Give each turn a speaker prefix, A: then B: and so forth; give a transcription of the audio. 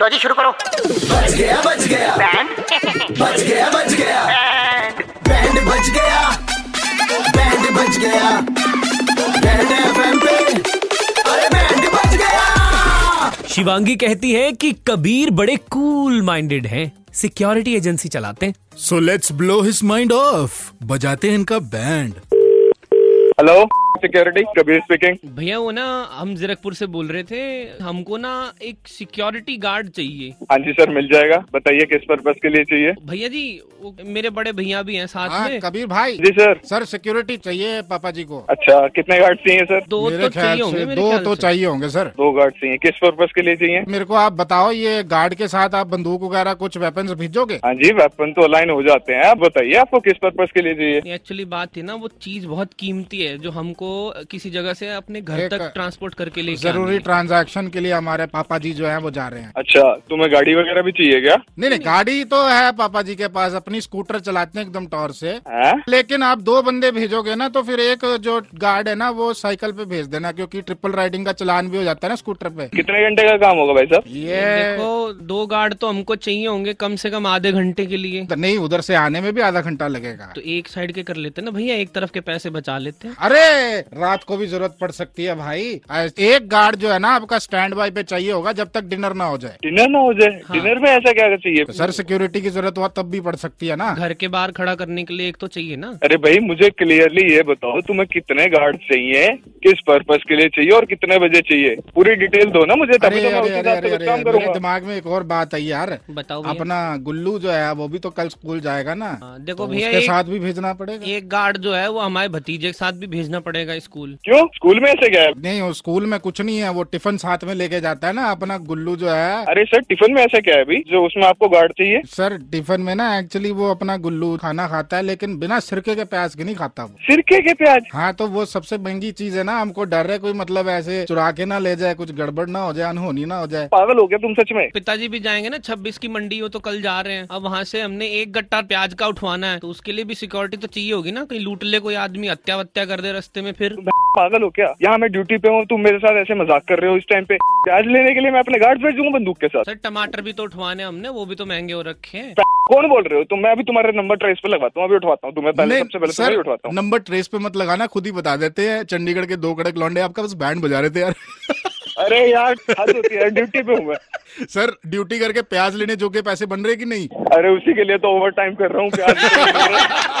A: लो जी शुरू करो
B: बच गया बच गया
A: बैंड
B: बच गया बच गया बैंड बच गया बैंड बच गया बैंड एफएम पे अरे बैंड बच गया
C: शिवांगी कहती है कि कबीर बड़े कूल माइंडेड हैं सिक्योरिटी एजेंसी चलाते हैं
D: so let's blow his mind off बजाते हैं इनका band
E: hello security Kabir speaking
F: भैया वो ना हम जीरकपुर से बोल रहे थे हमको ना एक सिक्योरिटी गार्ड चाहिए
E: हाँ जी सर मिल जाएगा बताइए किस पर्पस के लिए चाहिए हाँ
F: भैया जी वो मेरे बड़े भैया भी हैं साथ में
G: हाँ, कबीर भाई
E: जी सर
G: सर सिक्योरिटी चाहिए पापा जी को
E: अच्छा कितने गार्ड चाहिए सर
F: दो
G: मेरे
F: तो
G: ख्याल
F: चाहिए होंगे
G: से
F: मेरे
G: दो
F: ख्याल
G: तो
F: से।
G: चाहिए होंगे सर
E: दो गार्ड चाहिए किस पर्पस के लिए चाहिए
G: मेरे को आप बताओ ये गार्ड के साथ आप बंदूक वगैरह कुछ वेपन्स भेजोगे
E: हाँ जी वेपन तो अलाइन हो जाते हैं आप बताइए आपको किस पर्पस के लिए चाहिए
F: एक्चुअली बात है ना वो चीज बहुत कीमती है जो हमको किसी जगह से अपने घर
G: एक
F: तक ट्रांसपोर्ट करके लेके आनी
G: जरूरी
F: है।
G: ट्रांजैक्शन के लिए हमारे पापा जी जो हैं वो जा रहे हैं
E: अच्छा तुम्हें गाड़ी वगैरह भी चाहिए क्या
G: नहीं नहीं गाड़ी तो है पापा जी के पास अपनी स्कूटर चलाते हैं एकदम टॉर से
E: हैं?
G: लेकिन आप दो बंदे भेजोगे ना तो फिर एक जो गार्ड है ना वो साइकिल पे भेज देना क्योंकि ट्रिपल राइडिंग का चलान भी हो जाता है ना स्कूटर पे
E: कितने घंटे का काम होगा भाई साहब
G: ये
F: देखो दो गार्ड तो हमको चाहिए होंगे कम से कम आधे घंटे के लिए
G: नहीं उधर से आने में भी आधा घंटा लगेगा
F: तो एक साइड के कर लेते हैं ना भैया एक तरफ के पैसे बचा लेते हैं
G: अरे रात को भी जरूरत पड़ सकती है भाई एक गार्ड जो है ना आपका स्टैंड बाय पे चाहिए होगा जब तक डिनर ना हो जाए
E: डिनर ना हो जाए डिनर में ऐसा क्या
G: तो
E: चाहिए
G: सर सिक्योरिटी की जरूरत हुआ तब भी पड़ सकती है ना
F: घर के बाहर खड़ा करने के लिए एक तो चाहिए ना
E: अरे भाई मुझे क्लियरली ये बताओ तुम्हें कितने गार्ड चाहिए किस पर्पस के लिए चाहिए और कितने बजे चाहिए पूरी डिटेल दो ना मुझे तभी
G: अरे
E: तो मैं
G: अरे
E: उसी
G: अरे
E: हिसाब से
G: अरे अरे
E: कुछ काम
G: मेरे
E: करूंगा
G: दिमाग में एक और बात है यार
F: बताओ भैया।
G: अपना गुल्लू जो है वो भी तो कल स्कूल जाएगा ना
F: हाँ, देखो
G: तो
F: भैया
G: उसके
F: एक-
G: साथ भी भेजना पड़ेगा
F: एक गार्ड जो है वो हमारे भतीजे के साथ भी भेजना पड़ेगा स्कूल
E: क्यों स्कूल में ऐसे क्या है
G: नहीं वो स्कूल में कुछ नहीं है वो टिफिन साथ में लेके जाता है ना अपना गुल्लू जो है
E: अरे सर टिफिन में ऐसा क्या है भाई जो उसमें आपको गार्ड चाहिए
G: सर टिफिन में ना एक्चुअली वो अपना गुल्लू खाना खाता है लेकिन बिना सिरके के प्याज के नहीं खाता वो
E: सिरके के प्याज
G: हाँ तो वो सबसे महंगी चीज है ना हमको डर है कोई मतलब ऐसे चुरा के ना ले जाए कुछ गड़बड़ ना हो जाए अनहोनी ना हो जाए
E: पागल हो गया तुम सच में
F: पिताजी भी जाएंगे ना छब्बीस की मंडी हो तो कल जा रहे हैं अब वहाँ से हमने एक गट्टा प्याज का उठवाना है तो उसके लिए भी सिक्योरिटी तो चाहिए होगी ना कहीं लूट ले कोई आदमी हत्या वत्या कर दे रास्ते में फिर
E: पागल हो क्या यहाँ मैं ड्यूटी पे हूँ तुम मेरे साथ ऐसे मजाक कर रहे हो इस टाइम पे प्याज लेने के लिए मैं अपने गार्ड भेज दूंगा बंदूक के साथ
F: सर टमाटर भी तो उठवाने हैं हमने वो भी तो महंगे हो रखे हैं
E: कौन बोल रहे हो तुम मैं अभी तुम्हारे नंबर ट्रेस पे लगवाता हूँ अभी उठवाता हूँ तुम्हें पहले
G: नहीं,
E: सबसे पहले
G: सर,
E: तुम्हें ही उठवाता हूँ
G: नंबर ट्रेस पे मत लगाना खुद ही बता देते हैं चंडीगढ़ के दो कड़क लौंडे आपका बस बैंड बजा रहे थे यार
E: अरे यार हद होती है ड्यूटी पे हूँ मैं
G: सर ड्यूटी करके प्याज लेने जो के पैसे बन रहे कि नहीं
E: अरे उसी के लिए तो ओवर टाइम कर रहा हूँ प्याज